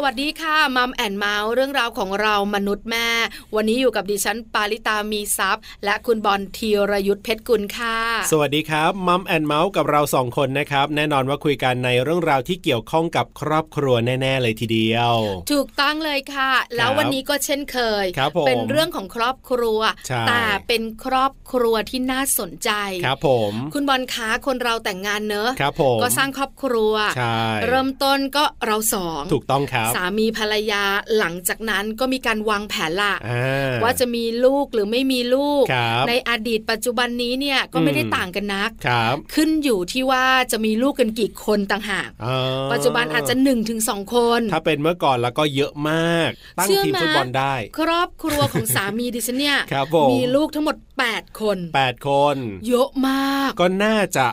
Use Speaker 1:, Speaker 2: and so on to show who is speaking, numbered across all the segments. Speaker 1: สวัสดีค่ะมัมแอนเมาส์เรื่องราวของเรามนุษย์แม่ วันนี้อยู่กับดิฉันปาริตามีซัพ์และคุณบอลธีรยุทธเพชรกุลค่ะ
Speaker 2: สวัสดีครับมัมแอนเมาส์กับเราสองคนนะครับ แน่นอนว่าคุยกันในเรื่องราวที่เกี่ยวข้องกับครอบครัวแน่ๆเลยทีเดียว
Speaker 1: ถูกต้องเลยค่ะ แล้ววันนี้ก็เช่นเคย
Speaker 2: ครับผม
Speaker 1: เป็นเรื่องของครอบครัว
Speaker 2: ใช่
Speaker 1: แต่เป็นครอบครัวที่น่าสนใจ
Speaker 2: ครับผม
Speaker 1: คุณบอลคะคนเราแต่งงานเนอะ
Speaker 2: ครับผม
Speaker 1: ก็สร้างครอบครัว
Speaker 2: ใช่
Speaker 1: เริ่มต้นก็เราสอง
Speaker 2: ถูกต้องครับ
Speaker 1: สามีภรรยาหลังจากนั้นก็มีการวางแผนละ
Speaker 2: อ่
Speaker 1: ว่าจะมีลูกหรือไม่มีลูก
Speaker 2: ครับ
Speaker 1: ในอดีตปัจจุบันนี้เนี่ยก็ไม่
Speaker 2: อืม
Speaker 1: ได้ต่างกันนัก
Speaker 2: ครับ
Speaker 1: ขึ้นอยู่ที่ว่าจะมีลูกกันกี่คนต่างหาก
Speaker 2: อ่า
Speaker 1: ปัจจุบันอาจจะ1นถึงสองคน
Speaker 2: ถ้าเป็นเมื่อก่อนแล้วก็เยอะมาก ตั้ง
Speaker 1: เชื่อ
Speaker 2: ทีม
Speaker 1: ไหม
Speaker 2: ฟุตบอลได้
Speaker 1: ครอบครัวของสามีดิฉันเนี่ย
Speaker 2: ครับผม
Speaker 1: มีลูกทั้งหมด 8 คน
Speaker 2: แปดคน
Speaker 1: เยอะมาก
Speaker 2: ก็น่าจะ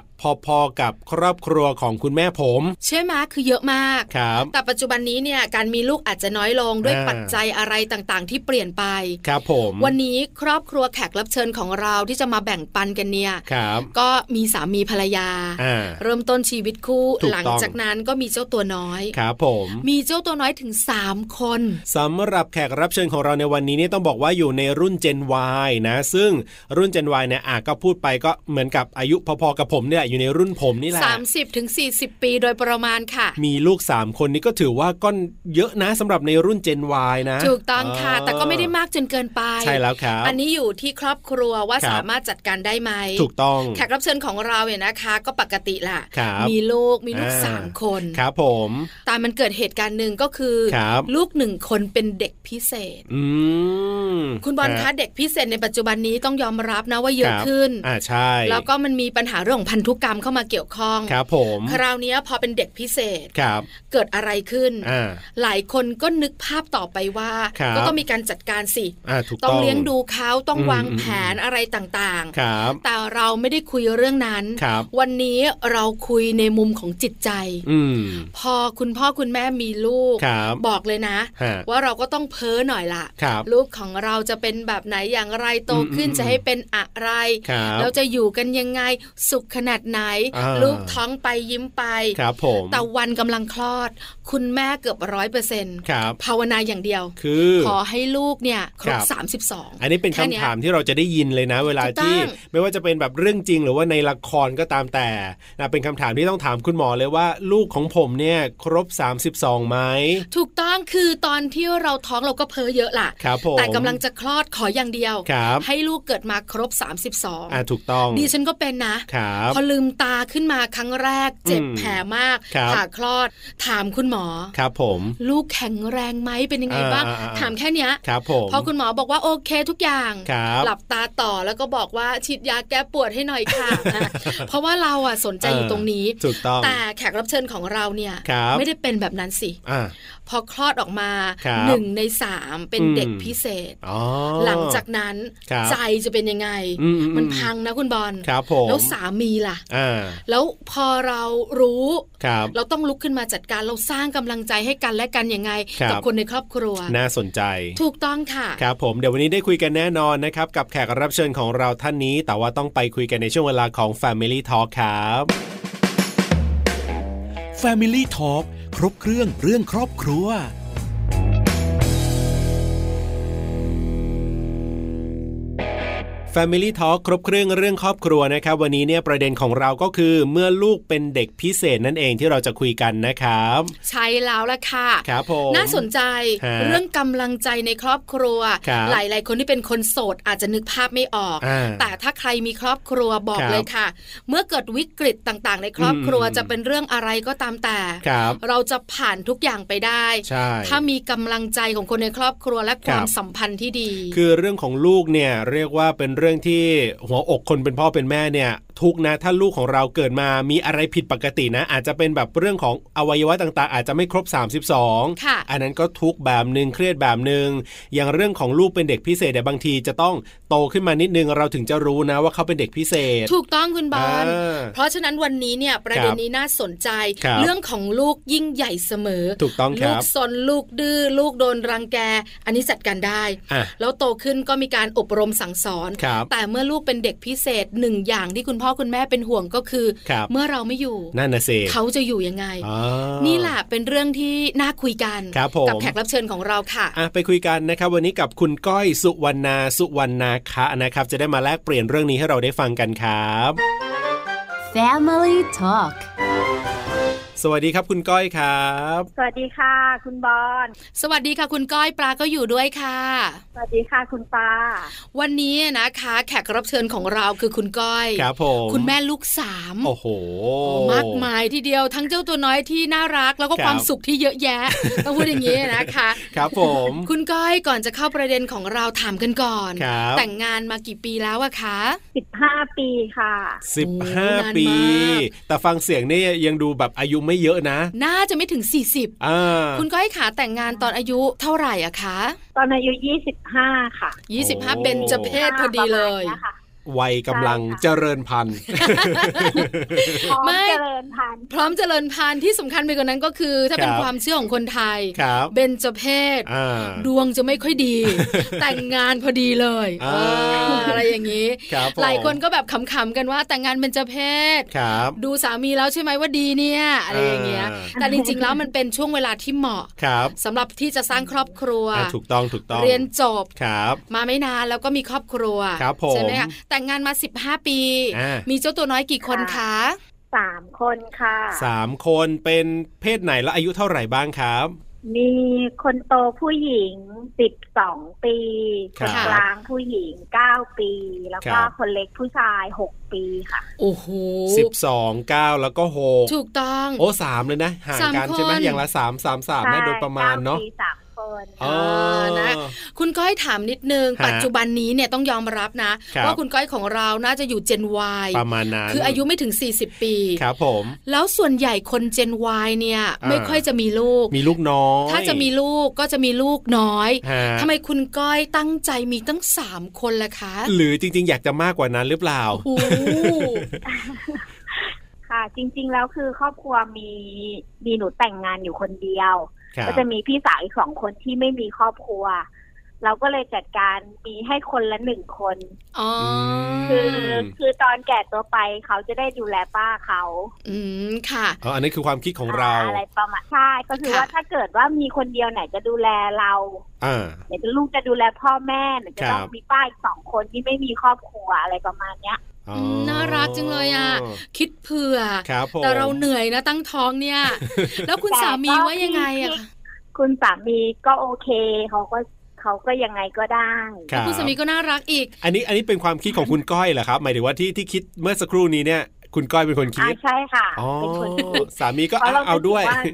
Speaker 2: พอๆกับครอบครัวของคุณแม่ผม
Speaker 1: ใช่ไหมคือเยอะมาก
Speaker 2: ครับ
Speaker 1: แต่ปัจจุบันนี้เนี่ยการมีลูกอาจจะน้อยลงด้วย
Speaker 2: อ่า
Speaker 1: ปัจจัยอะไรต่างๆ ที่เปลี่ยนไป
Speaker 2: ครับผม
Speaker 1: วันนี้ครอบครัวแขกรับเชิญของเราที่จะมาแบ่งปันกันเนี่ย
Speaker 2: ครับ
Speaker 1: ก็มีสามีภรรยา
Speaker 2: อ่า
Speaker 1: เริ่มต้นชีวิตคู่
Speaker 2: ถูกต้อง
Speaker 1: หลังจากนั้นก็มีเจ้าตัวน้อย
Speaker 2: ครับผม
Speaker 1: มีเจ้าตัวน้อยถึง 3 คน
Speaker 2: สำหรับแขกรับเชิญของเราในวันนี้เนี่ยต้องบอกว่าอยู่ในรุ่น Gen Y นะ ซึ่งรุ่น Gen Y เนี่ยอ่ะก็พูดไปก็เหมือนกับอายุพอๆกับผมเนี่ยแหละอยู่ในรุ่นผมนี่แหละ
Speaker 1: 30ถึง40 ปีโดยประมาณค่ะ
Speaker 2: มีลูก 3 คนนี่ก็ถือว่าก้อนเยอะนะสำหรับในรุ่น Gen Y นะ
Speaker 1: ถูกต้องค่ะ
Speaker 2: า
Speaker 1: แต่ก็ไม่ได้มากจนเกินไป
Speaker 2: ใช่แล้วครับ
Speaker 1: อันนี้อยู่ที่ครอบครัวว่า
Speaker 2: ครับ
Speaker 1: สามารถจัดการได้ไหม
Speaker 2: ถูกต้อง
Speaker 1: แขกรับเชิญของเราเนี่ยนะคะ ก็ปกติล่ะ
Speaker 2: ครับ
Speaker 1: มีลูกมีลูก
Speaker 2: อ่
Speaker 1: สามคน
Speaker 2: ครับผม
Speaker 1: แต่มันเกิดเหตุการณ์หนึ่งก็คือ
Speaker 2: ครับ
Speaker 1: ลูกหนึ่งคนเป็นเด็กพิเศษ
Speaker 2: อืม
Speaker 1: คุณบอลคะ
Speaker 2: รับ
Speaker 1: เด็กพิเศษในปัจจุบันนี้ต้องยอมรับนะว่าเยอะ
Speaker 2: ครับ
Speaker 1: ขึ้น
Speaker 2: อ่าใช่
Speaker 1: แล้วก็มันมีปัญหาเรื่องของพันธุกรรมเข้ามาเกี่ยวข้อง
Speaker 2: ครับผม
Speaker 1: คราวเนี้ยพอเป็นเด็กพิเศษ
Speaker 2: ครับ
Speaker 1: เกิดอะไรขึ้น
Speaker 2: อ่า
Speaker 1: หลายคนก็นึกภาพต่อไปว่า
Speaker 2: ครับ
Speaker 1: ก็ต้องมีการจัดการสิ
Speaker 2: อ่าถูก
Speaker 1: ต้
Speaker 2: ต้
Speaker 1: อ
Speaker 2: องง
Speaker 1: เลี้ยงดูเขาต้อง
Speaker 2: อืม
Speaker 1: วาง
Speaker 2: อืม
Speaker 1: แผนอะไรต่าง
Speaker 2: ครับ
Speaker 1: ๆ แต่เราไม่ได้คุยเรื่องนั้น
Speaker 2: ครับ
Speaker 1: วันนี้เราคุยในมุมของจิตใจ
Speaker 2: อืม
Speaker 1: พอคุณพ่อคุณแม่มีลูก
Speaker 2: ครับ
Speaker 1: บอกเลยนะ
Speaker 2: ฮะ
Speaker 1: ว่าเราก็ต้องเพ้อหน่อยล่ะ
Speaker 2: ครับ
Speaker 1: ลูกของเราจะเป็นแบบไหนอย่างไรโต
Speaker 2: อืม
Speaker 1: ขึ้น
Speaker 2: อืม
Speaker 1: จะให้เป็นอะไร
Speaker 2: ครับ
Speaker 1: เราจะอยู่กันยังไงสุขขนาดไหน
Speaker 2: อ่า
Speaker 1: ลูกท้องไปยิ้มไป
Speaker 2: ครับผม
Speaker 1: แต่วันกำลังคลอด คุณแม่เกือบร้อยเปอร์เซ็นต์
Speaker 2: ครับ
Speaker 1: ภาวนาอย่างเดียว
Speaker 2: คือ
Speaker 1: ขอให้ลูกเนี่ยครบ
Speaker 2: ครับ
Speaker 1: 32
Speaker 2: อันนี้เป็น
Speaker 1: แค่
Speaker 2: คำ
Speaker 1: เนี้ย
Speaker 2: ถามที่เราจะได้ยินเลยนะ เวลาที่
Speaker 1: ถูกต้อง
Speaker 2: ไม่ว่าจะเป็นแบบเรื่องจริงหรือว่าในละครก็ตามแต่นะเป็นคำถามที่ต้องถามคุณหมอเลยว่า ลูกของผมเนี่ยครบ 32ไหม
Speaker 1: ถูกต้องคือตอนที่เราท้องเราก็เพ้อเยอะล่ะ
Speaker 2: ครับผม
Speaker 1: แต่กำลังจะคลอดขออย่างเดียว
Speaker 2: ครับ
Speaker 1: ให้ลูกเกิดมาครบ
Speaker 2: อ่าถูกต้อง
Speaker 1: 32 ดิฉันก็เป็นนะ
Speaker 2: ครับ
Speaker 1: พอลืมตาขึ้นมาครั้งแรก เจ็บ
Speaker 2: อืม
Speaker 1: แผลมาก
Speaker 2: ครับ
Speaker 1: ผ่าคลอด ถามคุณหมอ
Speaker 2: ครับผม
Speaker 1: ลูกแข็งแรงไหมเป็นยังไงบ้าง
Speaker 2: อ่าอ่าอ่า
Speaker 1: ถามแค่เนี้ย
Speaker 2: ครับผม
Speaker 1: พอคุณหมอบอกว่าโอเคทุกอย่าง
Speaker 2: ครับ
Speaker 1: หลับตาต่อแล้วก็บอกว่าฉีดยาแก้ปวดให้หน่อยค่ะ นะเพราะว่าเราอ่ะสนใจอยู่ตรงนี้
Speaker 2: ถูกต้อง
Speaker 1: แต่แขกรับเชิญของเราเนี่ย
Speaker 2: ครับ
Speaker 1: ไม่ได้เป็นแบบนั้นสิ
Speaker 2: อ่า
Speaker 1: พอคลอดออกมา
Speaker 2: ครับ
Speaker 1: หนึ่งในสามเป็น
Speaker 2: อืม
Speaker 1: เด็กพิเศษ
Speaker 2: อ๋อ
Speaker 1: หลังจากนั้น
Speaker 2: ครับ
Speaker 1: ใจจะเป็นยังไง
Speaker 2: อืมอืม
Speaker 1: มันพังนะคุณบอล
Speaker 2: ครับผม
Speaker 1: แล้วสามีล่ะ
Speaker 2: อ่า
Speaker 1: แล้วพอเรารู้
Speaker 2: ครับ
Speaker 1: เราต้องลุกขึ้นมาจัดการเราสร้างกำลังใจให้กันและกันยังไง
Speaker 2: ครับ
Speaker 1: กัคนในครอบครัว
Speaker 2: น่าสนใจ
Speaker 1: ถูกต้องค่ะ
Speaker 2: ครับผมเดี๋ยววันนี้ได้คุยกันแน่นอนนะครับ กับแขกรับเชิญของเราท่านนี้ แต่ว่าต้องไปคุยกันในช่วงเวลาของ Family Talk ครับ
Speaker 3: Family Talk ครบเครื่องเรื่องครอบครัว
Speaker 2: Family Talk ครบเครื่องเรื่องครอบครัวนะครับ วันนี้เนี่ยประเด็นของเราก็คือ เมื่อลูกเป็นเด็กพิเศษนั่นเองที่เราจะคุยกันนะครับ
Speaker 1: ใช่แล้วล่ะค่ะ
Speaker 2: ครับผม
Speaker 1: น่าสนใจ
Speaker 2: ฮะ
Speaker 1: เรื่องกำลังใจในครอบครัว
Speaker 2: ครับ
Speaker 1: หลาย ๆ คนที่เป็นคนโสดอาจจะนึกภาพไม่ออก
Speaker 2: อ่า
Speaker 1: แต่ถ้าใครมีครอบครัวบอก
Speaker 2: ครับ
Speaker 1: เลยค่ะ เมื่อเกิดวิกฤตต่าง ๆ ในครอบครัว
Speaker 2: อืม
Speaker 1: จะเป็นเรื่องอะไรก็ตามแต่
Speaker 2: ครับ
Speaker 1: เราจะผ่านทุกอย่างไปได้
Speaker 2: ใช่
Speaker 1: ถ้ามีกำลังใจของคนในครอบครัวและ
Speaker 2: ค
Speaker 1: ครับ วามสัมพันธ์ที่ดี
Speaker 2: คือเรื่องของลูกเนี่ยเรียกว่าเป็นเรื่องที่หัวอกคนเป็นพ่อเป็นแม่เนี่ย ทุกข์นะถ้าลูกของเราเกิดมามีอะไรผิดปกตินะ อาจจะเป็นแบบเรื่องของอวัยวะต่างๆ อาจจะไม่ครบ 32
Speaker 1: ค่ะ
Speaker 2: อันนั้นก็ทุกข์แบบหนึ่งเครียดแบบหนึ่งอย่างเรื่องของลูกเป็นเด็กพิเศษเนี่ยบางทีจะต้องโตขึ้นมานิดนึงเราถึงจะรู้นะว่าเขาเป็นเด็กพิเศษ
Speaker 1: ถูกต้องคุณบอล
Speaker 2: า
Speaker 1: เพราะฉะนั้นวันนี้เนี่ยประเด็น
Speaker 2: ครับ
Speaker 1: นี้น่าสนใจ
Speaker 2: ครับ
Speaker 1: เรื่องของลูกยิ่งใหญ่เสมอ
Speaker 2: ถูกต้องครับ
Speaker 1: ลูกซนลูกดื้อลูกโดนรังแก อันนี้จัดการได้
Speaker 2: อ่ะ
Speaker 1: แล้วโตขึ้นก็มีการอบรมสั่งสอน
Speaker 2: ครับ
Speaker 1: แต่เมื่อลูกเป็นเด็กพิเศษหนึ่งอย่างที่คุณพ่อ พ่อคุณแม่เป็นห่วงก็คือ
Speaker 2: ครับ
Speaker 1: เมื่อเราไม่อยู่
Speaker 2: นั่นนะเซ
Speaker 1: เขาจะอยู่ยังไง
Speaker 2: อ๋อ
Speaker 1: นี่แหละเป็นเรื่องที่น่าคุยกัน
Speaker 2: ครับผม
Speaker 1: กัแขกรับเชิญของเราค่ะ
Speaker 2: อ่ะไปคุยกันนะครับ วันนี้กับคุณก้อยสุวรรณาสุวรรณาคะนะครับ จะได้มาแลกเปลี่ยนเรื่องนี้ให้เราได้ฟังกันครับ
Speaker 4: Family Talk
Speaker 2: สวัสดีครับคุณก้อยครับ
Speaker 5: สวัสดีค่ะ คุณบอล
Speaker 1: สวัสดีค่ะคุณก้อยปลาก็อยู่ด้วยค่ะ
Speaker 5: สวัสดีค่ะคุณปา
Speaker 1: วันนี้นะคะ แขกรับเชิญของเราคือคุณก้อย
Speaker 2: ครับผม
Speaker 1: คุณแม่ลูกสาม
Speaker 2: โอ้โห
Speaker 1: โอ้มากมายทีเดียวทั้งเจ้าตัวน้อยที่น่ารักแล้วก็
Speaker 2: ครับ
Speaker 1: ความสุขที่เยอะแยะ ต้องพูดอย่างนี้นะคะ
Speaker 2: ครับผม
Speaker 1: คุณก้อยก่อนจะเข้าประเด็นของเราถามกันก่อน
Speaker 2: ครับ
Speaker 1: แต่งงานมากี่ปีแล้วอะคะ
Speaker 5: สิบห้าปีค่ะ
Speaker 2: สิบห้า
Speaker 1: โอ้นานมาก
Speaker 2: ปี แต่ฟังเสียงนี่ยังดูแบบอายุไม่เยอะนะ
Speaker 1: น่าจะไม่ถึง 40
Speaker 2: อ่า
Speaker 1: คุณก้อยขาแต่งงานตอนอายุเท่าไหร่อะคะ
Speaker 5: ตอนอายุยี่สิบห้าค่ะ
Speaker 1: 25เบนจะเพศพอดีเลย
Speaker 5: ประมาณนี้ค่ะ
Speaker 2: วัยกำลัง
Speaker 5: ใช่ค่ะ
Speaker 2: เจริญพันธุ์
Speaker 5: พร้อม
Speaker 1: ไม่
Speaker 5: เจริญพันธุ์
Speaker 1: พร้อมเจริญพันธุ์ที่สำคัญไปกว่านั้นก็คือ ถ้าเป็น
Speaker 2: ครับ
Speaker 1: ความเชื่อของคนไทย
Speaker 2: ครับ
Speaker 1: เบนจเพศ
Speaker 2: อ่า
Speaker 1: ดวงจะไม่ค่อยดี แต่งงานพอดีเลย
Speaker 2: อ่า
Speaker 1: เอออะไรอย่างนี้
Speaker 2: ครับผม
Speaker 1: หลายคนก็แบบขำๆกันว่าแต่งงานเบนจเพศ
Speaker 2: ครับ
Speaker 1: ดูสามีแล้วใช่ไหมว่าดีเนี่ยอะไรอย่างเงี้ย
Speaker 2: อ่า
Speaker 1: แต่จริงๆแล้วมันเป็นช่วงเวลาที่เหมาะ
Speaker 2: ครับ
Speaker 1: สำหรับที่จะสร้างครอบครัว
Speaker 2: อ่ะถูกต้องถูกต้อง
Speaker 1: เรียนจบ
Speaker 2: ครับ
Speaker 1: มาไม่นานแล้วก็มีครอบครัว
Speaker 2: ครับผม
Speaker 1: ใช่ไหมคะแต่งงานมา 15 ปี
Speaker 2: อ่ามี
Speaker 1: มีเจ้าตัวน้อยกี่คนคะ
Speaker 5: สามคนค่ะ
Speaker 2: สามคนเป็นเพศไหนและอายุเท่าไหร่บ้างครับ
Speaker 5: มีคนโตผู้หญิงสิบสองปี
Speaker 2: ค
Speaker 5: ครับ นกลางผู้หญิงเก้าปี แล้ว
Speaker 2: ครั
Speaker 5: ก็
Speaker 2: บ
Speaker 5: คนเล็กผู้ชายหกปีค่ะ
Speaker 1: โอ้โห
Speaker 2: สิบสองเก้าแล้วก็หก
Speaker 1: ถูกต้อง
Speaker 2: โอ้สามเลยนะ ห่างกัน
Speaker 1: สามคน
Speaker 2: ใช่ไหมอย่างละสามสามสามนะโดยประมาณเนาะ
Speaker 5: ใช่ก้ปีสามคน
Speaker 2: อ๋อ
Speaker 1: นะ คุณก้อยถามนิดนึง
Speaker 2: ฮะ
Speaker 1: ปัจจุบันนี้เนี่ยต้องยอมรับนะ
Speaker 2: ครับ
Speaker 1: ว่าคุณก้อยของเราน่าจะอยู่ Gen Y
Speaker 2: ประมาณนั้น
Speaker 1: คืออายุไม่ถึง 40 ปี
Speaker 2: ครับผม
Speaker 1: แล้วส่วนใหญ่คน Gen Y เนี่ย
Speaker 2: อ่า
Speaker 1: ไม่ค่อยจะมีลูก
Speaker 2: มีลูกน้อย
Speaker 1: ถ้าจะมีลูกก็จะมีลูกน้อย
Speaker 2: ฮะ
Speaker 1: ทำไมคุณก้อยตั้งใจมีตั้งสามคนล่ะคะ
Speaker 2: หรือจริง ๆ อยากจะมากกว่านั้นหรือเปล่า
Speaker 1: โอ้โห
Speaker 5: ค่ะ จริง ๆ แล้วคือครอบครัวมีมีหนูแต่งงานอยู่คนเดียว
Speaker 2: ครับ
Speaker 5: ก็จะมีพี่สาวอีกสองคนที่ไม่มีครอบครัว เราก็เลยจัดการมีให้คนละหนึ่งคน
Speaker 1: อ๋อ
Speaker 5: คื
Speaker 1: อ
Speaker 5: ออคือตอนแก่ตัวไปเขาจะได้ดูแลป้าเขา
Speaker 1: อืมค่ะ
Speaker 2: อ๋ออันนี้คือความคิดของเรา
Speaker 5: อะไรประมาณใช่ก็คือ
Speaker 1: ค่ะ
Speaker 5: ว่าถ้าเกิดว่ามีคนเดียวไหนจะดูแลเรา
Speaker 2: อ่า
Speaker 5: ไหนจะลูกจะดูแลพ่อแม่ไหนจะต้อง
Speaker 2: ครับ
Speaker 5: มีป้าอีกสองคนที่ไม่มีครอบครัวอะไรประมาณเนี้ย
Speaker 2: อ๋อ
Speaker 1: มน่ารักจังเลยอะ คิดเผื่อ
Speaker 2: ครับผม
Speaker 1: แต่เราเหนื่อยนะตั้งท้อง เนี่ย แล้วคุณ
Speaker 5: แต่
Speaker 1: สามี
Speaker 5: ก็
Speaker 1: ว่ายังไงอะ
Speaker 5: ที่ คุณสามีก็โอเคเขาก็เขาก็ยังไงก็ได้
Speaker 2: ครับ
Speaker 1: คุณสามีก็น่ารักอีก
Speaker 2: อันนี้อันนี้เป็นความคิดของคุณก้อยเหรอครับ หมายถึงว่าที่ที่คิดเมื่อสักครู่นี้เนี่ย คุณก้อยเป็นคนคิ
Speaker 5: อ่า
Speaker 2: ด
Speaker 5: ใช่ค่ะ
Speaker 2: อ๋อ
Speaker 5: เป็นคนคิด
Speaker 2: สามีก็
Speaker 5: พระร
Speaker 2: อ่ะเอาด้วย
Speaker 5: คิา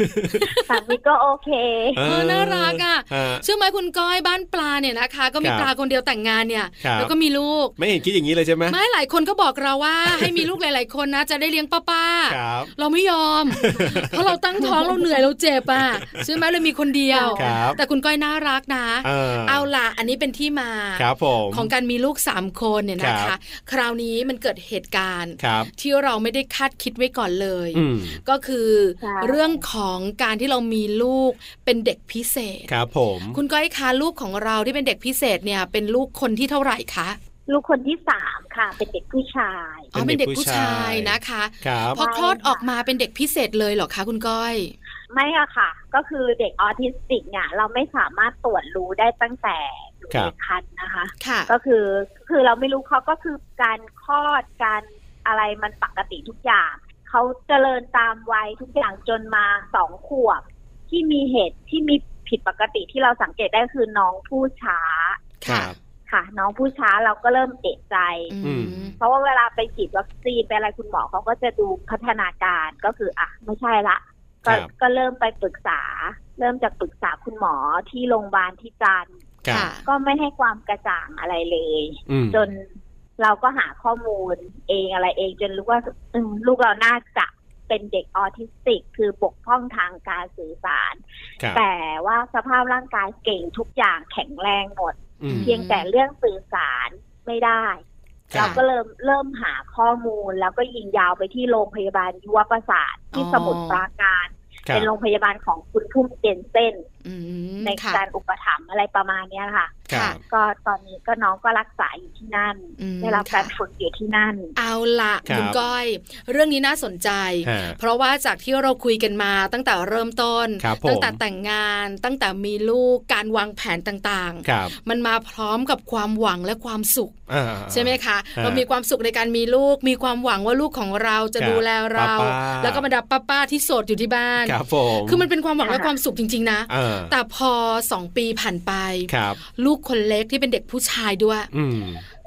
Speaker 5: สามีก็โอเค
Speaker 1: เออน่ารักอะ
Speaker 2: เอ
Speaker 1: เชื่อไหมคุณก้อยบ้านปลาเนี่ยนะคะ ก็มีป
Speaker 2: ครับ
Speaker 1: ลาคนเดียวแต่งงานเนี่ย
Speaker 2: ครับ
Speaker 1: แล้วก็มีลูก
Speaker 2: ไม่เห็นคิดอย่างนี้เลยใช่ไหม
Speaker 1: ไม่หลายคนก็บอกเราว่า ให้มีลูกหลาย ๆ คนนะ จะได้เลี้ยงป้าป้าๆ
Speaker 2: ครับ
Speaker 1: เราไม่ยอม เพราะเราตั้งท้องเราเหนื่อยเราเจ็บอ่ะใช่ไหมเลยมีคนเดียว
Speaker 2: ครับ
Speaker 1: แต่คุณก้อยน่ารักนะ
Speaker 2: เออ
Speaker 1: เอาล่ะอันนี้เป็นที่มา
Speaker 2: ครับผม
Speaker 1: ของการมีลูกสามคนเนี่ยนะ
Speaker 2: ครั
Speaker 1: คะ
Speaker 2: บ
Speaker 1: คราวนี้มันเกิดเหตุการณ์
Speaker 2: ครับ
Speaker 1: ที่เราไม่ได้คาดคิดไว้ก่อนเลย
Speaker 2: อืม
Speaker 1: ก็คือ
Speaker 5: ใช่
Speaker 1: เรื่องของการที่เรามีลูกเป็นเด็กพิเศษ
Speaker 2: ครับผม
Speaker 1: คุณก้อยคะลูกของเราที่เป็นเด็กพิเศษเนี่ยเป็นลูกคนที่เท่าไหร่คะ
Speaker 5: ลูกคนที่สามค่ะ เป็นเด็กผู้ชาย
Speaker 1: อ๋อเป็นเด็กผู้ชายนะคะ
Speaker 2: ครับ
Speaker 1: พอคลอดออกมาเป็นเด็กพิเศษเลยเหรอคะคุณก้อย
Speaker 5: ไม่อะค่ะ ก็คือเด็กออทิสติกเนี่ย เราไม่สามารถตรวจรู้ได้ตั้งแต่อยู่ในครรภ์นะคะ
Speaker 1: ค่ะ
Speaker 5: ก็คือคือเราไม่รู้เขาก็คือการคลอดการอะไรมันปกติทุกอย่าง เขาเจริญตามวัยทุกอย่างจนมาสองขวบ ที่มีเหตุที่มีผิดปกติที่เราสังเกตได้คือน้องผู้ช้า
Speaker 2: รั
Speaker 1: ค่ะ
Speaker 2: บ
Speaker 5: ค่ะ น้องผู้ช้าเราก็เริ่มเอกใจ
Speaker 1: อืม
Speaker 5: เพราะว่าเวลาไปฉีดวัคซีนไปอะไรคุณหมอเขาก็จะดูพัฒนาการก็คืออ่ะไม่ใช่ละก็
Speaker 2: ครับ
Speaker 5: ก็เริ่มไปปรึกษา เริ่มจากปรึกษาคุณหมอที่โรงพยาบาลที่จันทร์
Speaker 2: ครับ
Speaker 1: ค่ะ
Speaker 5: ก็ไม่ให้ความกระจ่างอะไรเลย
Speaker 2: อืม
Speaker 5: จนเราก็หาข้อมูลเองอะไรเองจนรู้ว่าอืมลูกเราน่าจะเป็นเด็กออทิสติก คือบกพร่องทางการสื่อสาร
Speaker 2: ครับ
Speaker 5: แต่ว่าสภาพร่างกายเก่งทุกอย่างแข็งแรงหมด
Speaker 2: อืม
Speaker 5: เพียงแต่เรื่องสื่อสารไม่ได้
Speaker 2: ค
Speaker 1: ค่ะ
Speaker 2: รั
Speaker 5: เรา
Speaker 2: บ
Speaker 5: ก็เริ่มเริ่มหาข้อมูลแล้วก็ยิงยาวไปที่โรงพยาบาลยุวประสาทที่
Speaker 1: อ๋อ
Speaker 5: สมุทรปราการ
Speaker 2: ครั
Speaker 5: เป็
Speaker 2: บ
Speaker 5: นโรงพยาบาลของคุณพุ่มเจนเซน
Speaker 1: อืม
Speaker 5: ใน
Speaker 1: ค่ะ
Speaker 5: การอุปถัมภ์อะไรประมาณเนี้ยค่ะ
Speaker 2: ครับ
Speaker 5: ก็ตอนนี้ก็น้องก็รักษาอยู่ที่นั่น
Speaker 1: อืม
Speaker 5: ได้รับ
Speaker 1: ค่ะ
Speaker 5: การฝึกอยู่ที่นั่น
Speaker 1: เอาละ
Speaker 2: ครับ
Speaker 1: คุณก้อย เรื่องนี้น่าสนใจ
Speaker 2: ฮะ
Speaker 1: เพราะว่าจากที่เราคุยกันมาตั้งแต่เริ่มต้น
Speaker 2: ครับผม
Speaker 1: ตั้งแต่แต่งงานตั้งแต่มีลูกการวางแผนต่าง
Speaker 2: ครับ
Speaker 1: ๆ มันมาพร้อมกับความหวังและความสุข
Speaker 2: อ่า
Speaker 1: ใช่ไหมคะ
Speaker 2: ฮะ
Speaker 1: เรามีความสุขในการมีลูก มีความหวังว่าลูกของเราจะ
Speaker 2: ครับ
Speaker 1: ดูแลเรา
Speaker 2: ป้าๆ
Speaker 1: แล้วก็บรรดาป้าๆที่โสดอยู่ที่บ้าน
Speaker 2: ครับผม
Speaker 1: คือมันเป็นความหวังและ
Speaker 5: ค่ะ
Speaker 1: ความสุขจริง ๆ นะ
Speaker 2: อ่า
Speaker 1: แต่พอสองปีผ่านไป
Speaker 2: ครับ
Speaker 1: ลูกคนเล็กที่เป็นเด็กผู้ชายด้วย
Speaker 2: อืม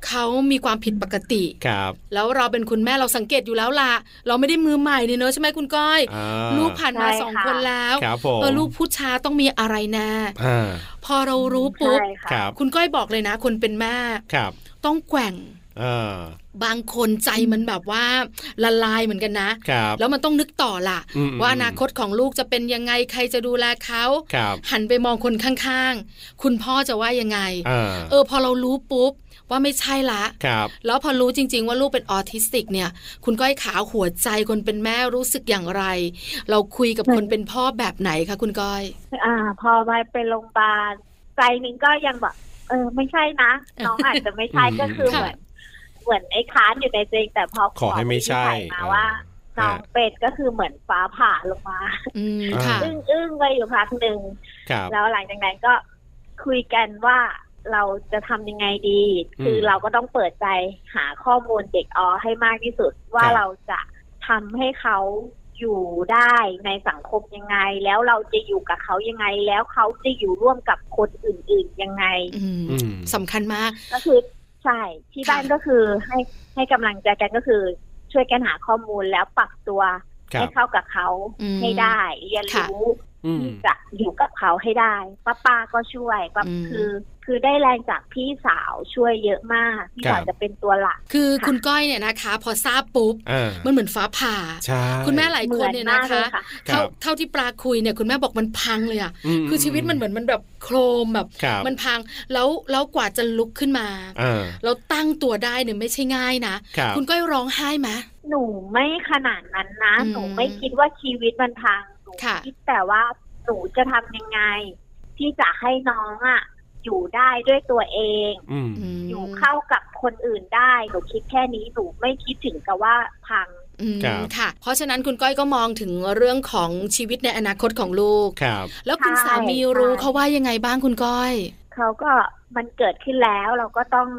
Speaker 1: เขามีความผิดปกติ
Speaker 2: ครับ
Speaker 1: แล้วเราเป็นคุณแม่เราสังเกตอยู่แล้วล่ะ เราไม่ได้มือใหม่นี่เนอะใช่ไหมคุณก้อย
Speaker 2: อ่า
Speaker 1: ลูกผ่านมา
Speaker 5: ใช่
Speaker 1: สอง
Speaker 5: ค่ะ
Speaker 1: คนแล้ว
Speaker 2: ครับผม
Speaker 1: เออลูกผู้ชายต้องมีอะไรนะ
Speaker 2: อ่า
Speaker 1: พอเรารู้ปุ๊บ
Speaker 5: ใช่ค่ะ
Speaker 2: ครับ
Speaker 1: คุณก้อยบอกเลยนะ คนเป็นแม่
Speaker 2: ครับ
Speaker 1: ต้องแกว่ง
Speaker 2: อ่า
Speaker 1: บางคนใจมันแบบว่าละลายเหมือนกันนะ
Speaker 2: ครับ
Speaker 1: แล้วมันต้องนึกต่อล่ะ
Speaker 2: อืม
Speaker 1: ว่าอนาคตของลูกจะเป็นยังไงใครจะดูแลเขา
Speaker 2: ครับ
Speaker 1: หันไปมองคนข้างๆ คุณพ่อจะว่ายังไง
Speaker 2: อ่า
Speaker 1: เออพอเรารู้ปุ๊บว่าไม่ใช่ละ
Speaker 2: ครับ
Speaker 1: แล้วพอรู้จริง ๆ ว่าลูกเป็นออทิสติกเนี่ย คุณก้อยขาหัวใจคนเป็นแม่รู้สึกอย่างไร เราคุยกับคนเป็นพ่อแบบไหนคะคุณก้อย
Speaker 5: อ่า พอมาเป็นโรงพยาบาลใจหนึงก็ยังแบบเออไม่ใช่ นะ น้องอาจจะไม่ใช่
Speaker 2: อืม
Speaker 5: ก็คือ
Speaker 1: ค่ะ
Speaker 5: เหมือนเหมือนไอ้ค้านอยู่ในตัวเองแต่พอ
Speaker 2: ขอให้ไม่ใช่
Speaker 5: วินิจฉัยมา
Speaker 2: เออ
Speaker 5: ว่าน้อง
Speaker 2: ฮะ
Speaker 5: เป็ดก็คือเหมือนฟ้าผ่าลงมา
Speaker 1: อืมค่ะ
Speaker 5: อึ้งอึ้งๆไปอยู่พักหนึ่ง
Speaker 2: ครับ
Speaker 5: แล้วหลังจากนั้นก็คุยกันว่าเราจะทำยังไงดี
Speaker 2: อืม
Speaker 5: คือเราก็ต้องเปิดใจหาข้อมูลเด็กออให้มากที่สุด ว่า
Speaker 2: ครับ
Speaker 5: เราจะทำให้เขาอยู่ได้ในสังคมยังไง แล้วเราจะอยู่กับเขายังไง แล้วเขาจะอยู่ร่วมกับคนอื่น ๆ ยังไง
Speaker 1: อืม
Speaker 2: อืม
Speaker 1: สำคัญมาก
Speaker 5: ก็คือใช่ที่บ้าน
Speaker 1: ค่ะ
Speaker 5: ก็คือให้ให้กำลังใจกันก็คือ ช่วยกันหาข้อมูลแล้วปรับตัว
Speaker 2: ครั
Speaker 5: ให้
Speaker 2: บ
Speaker 5: เข้ากับเขา
Speaker 1: อืม
Speaker 5: ให้ได้เรียน
Speaker 1: ค่ะ
Speaker 5: รู้
Speaker 2: อืม
Speaker 5: ที่จะอยู่กับเขาให้ได้ป้าป้าก็ช่วยป้า
Speaker 1: อืม
Speaker 5: คือ คือได้แรงจากพี่สาวช่วยเยอะมากพี่สา
Speaker 2: ค
Speaker 5: ว
Speaker 2: รับ
Speaker 5: จะเป็นตัวหลัก
Speaker 1: คือ
Speaker 5: ค่ะ
Speaker 1: คุณก้อยเนี่ยนะคะ พอทราบปุ๊บ
Speaker 2: อ่า
Speaker 1: มันเหมือนฟ้าผ่า
Speaker 2: ใช่
Speaker 1: คุณแม่หลายค
Speaker 5: เหมื
Speaker 1: น
Speaker 5: อน
Speaker 1: เนี่ย
Speaker 5: มา
Speaker 1: นะ
Speaker 5: กเลย
Speaker 1: คะ
Speaker 5: ค่ะ
Speaker 2: ครั
Speaker 1: เท่า
Speaker 2: บ
Speaker 1: เท่าที่ปลาคุยเนี่ยคุณแม่บอกมันพังเลยอะ
Speaker 2: ม
Speaker 1: คือชีวิตมันเหมือนมันแบบโครมแบบ
Speaker 2: ครับ
Speaker 1: มันพังแล้วแล้วกว่าจะลุกขึ้นมา
Speaker 2: อ่า
Speaker 1: แล้วตั้งตัวได้เนี่ยไม่ใช่ง่ายนะครับ คุณก้อยร้องไห้ไหม
Speaker 5: หนูไม่ขนาดนั้นนะ
Speaker 1: อืม
Speaker 5: หนูไม่คิดว่าชีวิตมันพังหนู
Speaker 1: ค่ะ
Speaker 5: คิดแต่ว่าหนูจะทำยังไง ที่จะให้น้องอ่ะอยู่ได้ด้วยตัวเอง
Speaker 2: อืม
Speaker 1: ม
Speaker 5: อยู่เข้ากับคนอื่นได้ หนูคิดแค่นี้หนูไม่คิดถึงกับว่าพัง
Speaker 1: อืม
Speaker 2: ครับ
Speaker 1: ค่ะ เพราะฉะนั้นคุณก้อยก็มองถึงเรื่องของชีวิตในอนาคตของลูก
Speaker 2: ครับ
Speaker 1: แล้วคุณ
Speaker 5: ใช่
Speaker 1: สามีรู้
Speaker 5: ใช่
Speaker 1: เขาว่ายังไงบ้างคุณก้อย
Speaker 5: เขาก็มันเกิดขึ้นแล้วเราก็ต้อง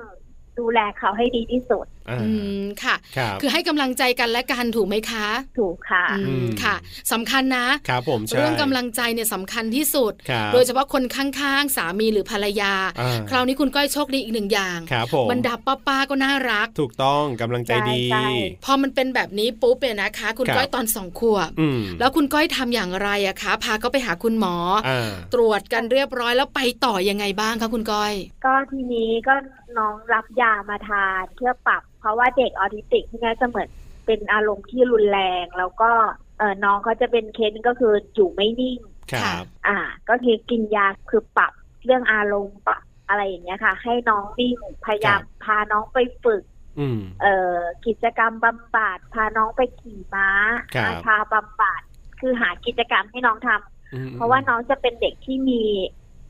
Speaker 5: ดูแลเขาให้ดีที่สุด
Speaker 2: อ่า
Speaker 1: อืมค่ะ
Speaker 2: ครับ
Speaker 1: คือให้กำลังใจกันและกันถูกไหมคะ
Speaker 5: ถูกค่ะ
Speaker 1: อื
Speaker 2: อื
Speaker 1: ม
Speaker 2: ม
Speaker 1: ค่ะสำคัญนะ
Speaker 2: ครับผมใช่
Speaker 1: เรื่องกำลังใจเนี่ยสำคัญที่สุด
Speaker 2: ครับ
Speaker 1: โดยเฉพาะคนข้างๆ สามีหรือภรรยา
Speaker 2: อ่า
Speaker 1: คราวนี้คุณก้อยโชคดีอีกหนึ่งอย่าง
Speaker 2: ครับผม
Speaker 1: บรรดาป้าป้าๆก็น่ารัก
Speaker 2: ถูกต้องกำลังใจดี
Speaker 5: ใช่
Speaker 1: พอมันเป็นแบบนี้ปุ๊บเนี่ยนะคะ คุณ
Speaker 2: ครับ
Speaker 1: ก้อยตอนสองขวบ
Speaker 2: อืม
Speaker 1: แล้วคุณก้อยทำอย่างไรอะคะ พาเขาไปหาคุณหมออ
Speaker 2: อ่า
Speaker 1: ตรวจกันเรียบร้อยแล้วไปต่อยังไงบ้างคะคุณก้อย
Speaker 5: ก็ทีนี้ก็น้องรับยามาทานเพื่อปรับ เพราะว่าเด็กออทิสติกที่นี่จะเหมือนเป็นอารมณ์ที่รุนแรง แล้วก็เออน้องเขาจะเป็นเคสก็คืออยู่ไม่นิ่ง
Speaker 2: ครับ
Speaker 5: อ่า ก็คือกินยาคือปรับเรื่องอารมณ์ปรับอะไรอย่างเงี้ยค่ะ ให้น้องนิ่งพยายาม
Speaker 2: ครับ
Speaker 5: พาน้องไปฝึก
Speaker 2: อืม
Speaker 5: เอ่อกิจกรรมบำบัดพาน้องไปขี่ม้า
Speaker 2: ครับ
Speaker 5: พาบำบัดคือหากิจกรรมให้น้องทำ
Speaker 2: อืม
Speaker 5: เพราะว่าน้องจะเป็นเด็กที่มี